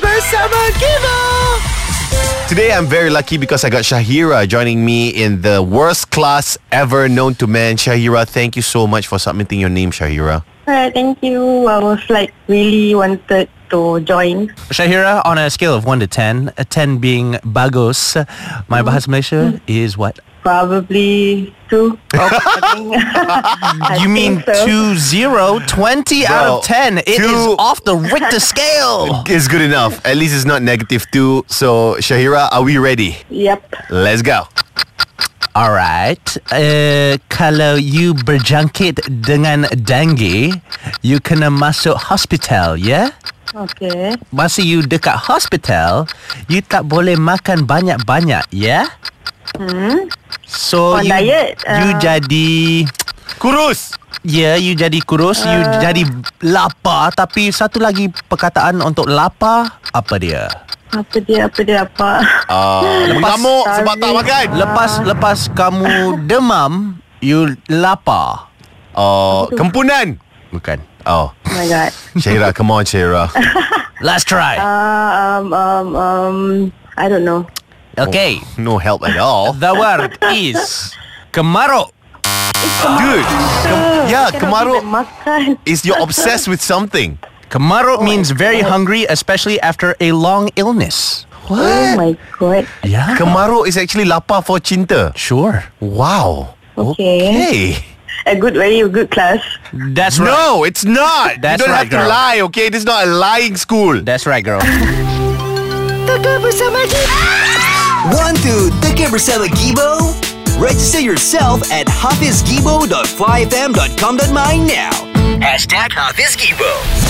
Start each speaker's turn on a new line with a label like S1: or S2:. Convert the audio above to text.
S1: bersama kita.
S2: Today I'm very lucky because I got Shahira joining me in the worst class ever known to man. Shahira, thank you so much for submitting your name, Shahira.
S3: Hi, Uh, thank you. I was like really wanted to join.
S1: Shahira, on a scale of 1 to 10, a 10 being bagus, my Bahasa Malaysia is what?
S3: Probably two. I think- I
S1: you mean
S3: think so.
S1: two zero twenty 20 out
S2: Well,
S1: of 10. It is
S2: two-
S1: off the Richter scale.
S2: It's good enough. At least it's not negative two. So, Shahira, are we ready?
S3: Yep.
S2: Let's go.
S1: All right. Uh, kalau you berjangkit dengan dengue, you kena masuk hospital, ya? Yeah?
S3: Okay.
S1: Masa you dekat hospital, you tak boleh makan banyak-banyak, ya? Yeah? So
S3: Hmm. On
S1: you,
S3: diet,
S1: you
S3: uh,
S1: jadi
S2: Kurus.
S1: Ya, yeah, you jadi kurus, you
S3: Uh.
S1: jadi lapar tapi satu lagi perkataan untuk lapar apa dia?
S3: Apa dia? Apa dia? Apa?
S2: Uh, mengamuk sebab tak makan.
S1: Lepas
S3: Uh.
S1: lepas kamu demam, you lapar.
S2: Oh, kempunan.
S1: Bukan.
S2: Oh,
S3: Oh my god.
S2: Shahira, come on, Shahira.
S1: Last try.
S3: Uh, um, um, um, I don't know.
S1: Okay.
S2: Oh, No help at all.
S1: The word is kemaruk.
S2: Dude, kem- yeah, Kemaru
S3: Cannot even Makan.
S2: is you're obsessed with something.
S3: Oh,
S1: Kemaruk means very hungry, especially after a long illness.
S3: Oh my god.
S1: Yeah.
S2: Kemaru is actually lapar for cinta.
S1: sure.
S2: Wow.
S3: Okay.
S2: Hey.
S3: A good, very good class.
S1: That's right.
S2: No, it's not.
S1: That's
S2: you don't
S1: right,
S2: have
S1: girl.
S2: to lie, okay? This is not a lying school.
S1: That's right, girl.
S4: Teka bersama kita.
S5: One, two, Tekir bersama Gibo. Register yourself at hafizgibo.flyfm.com.my now. Hashtag Hafiz Gibo.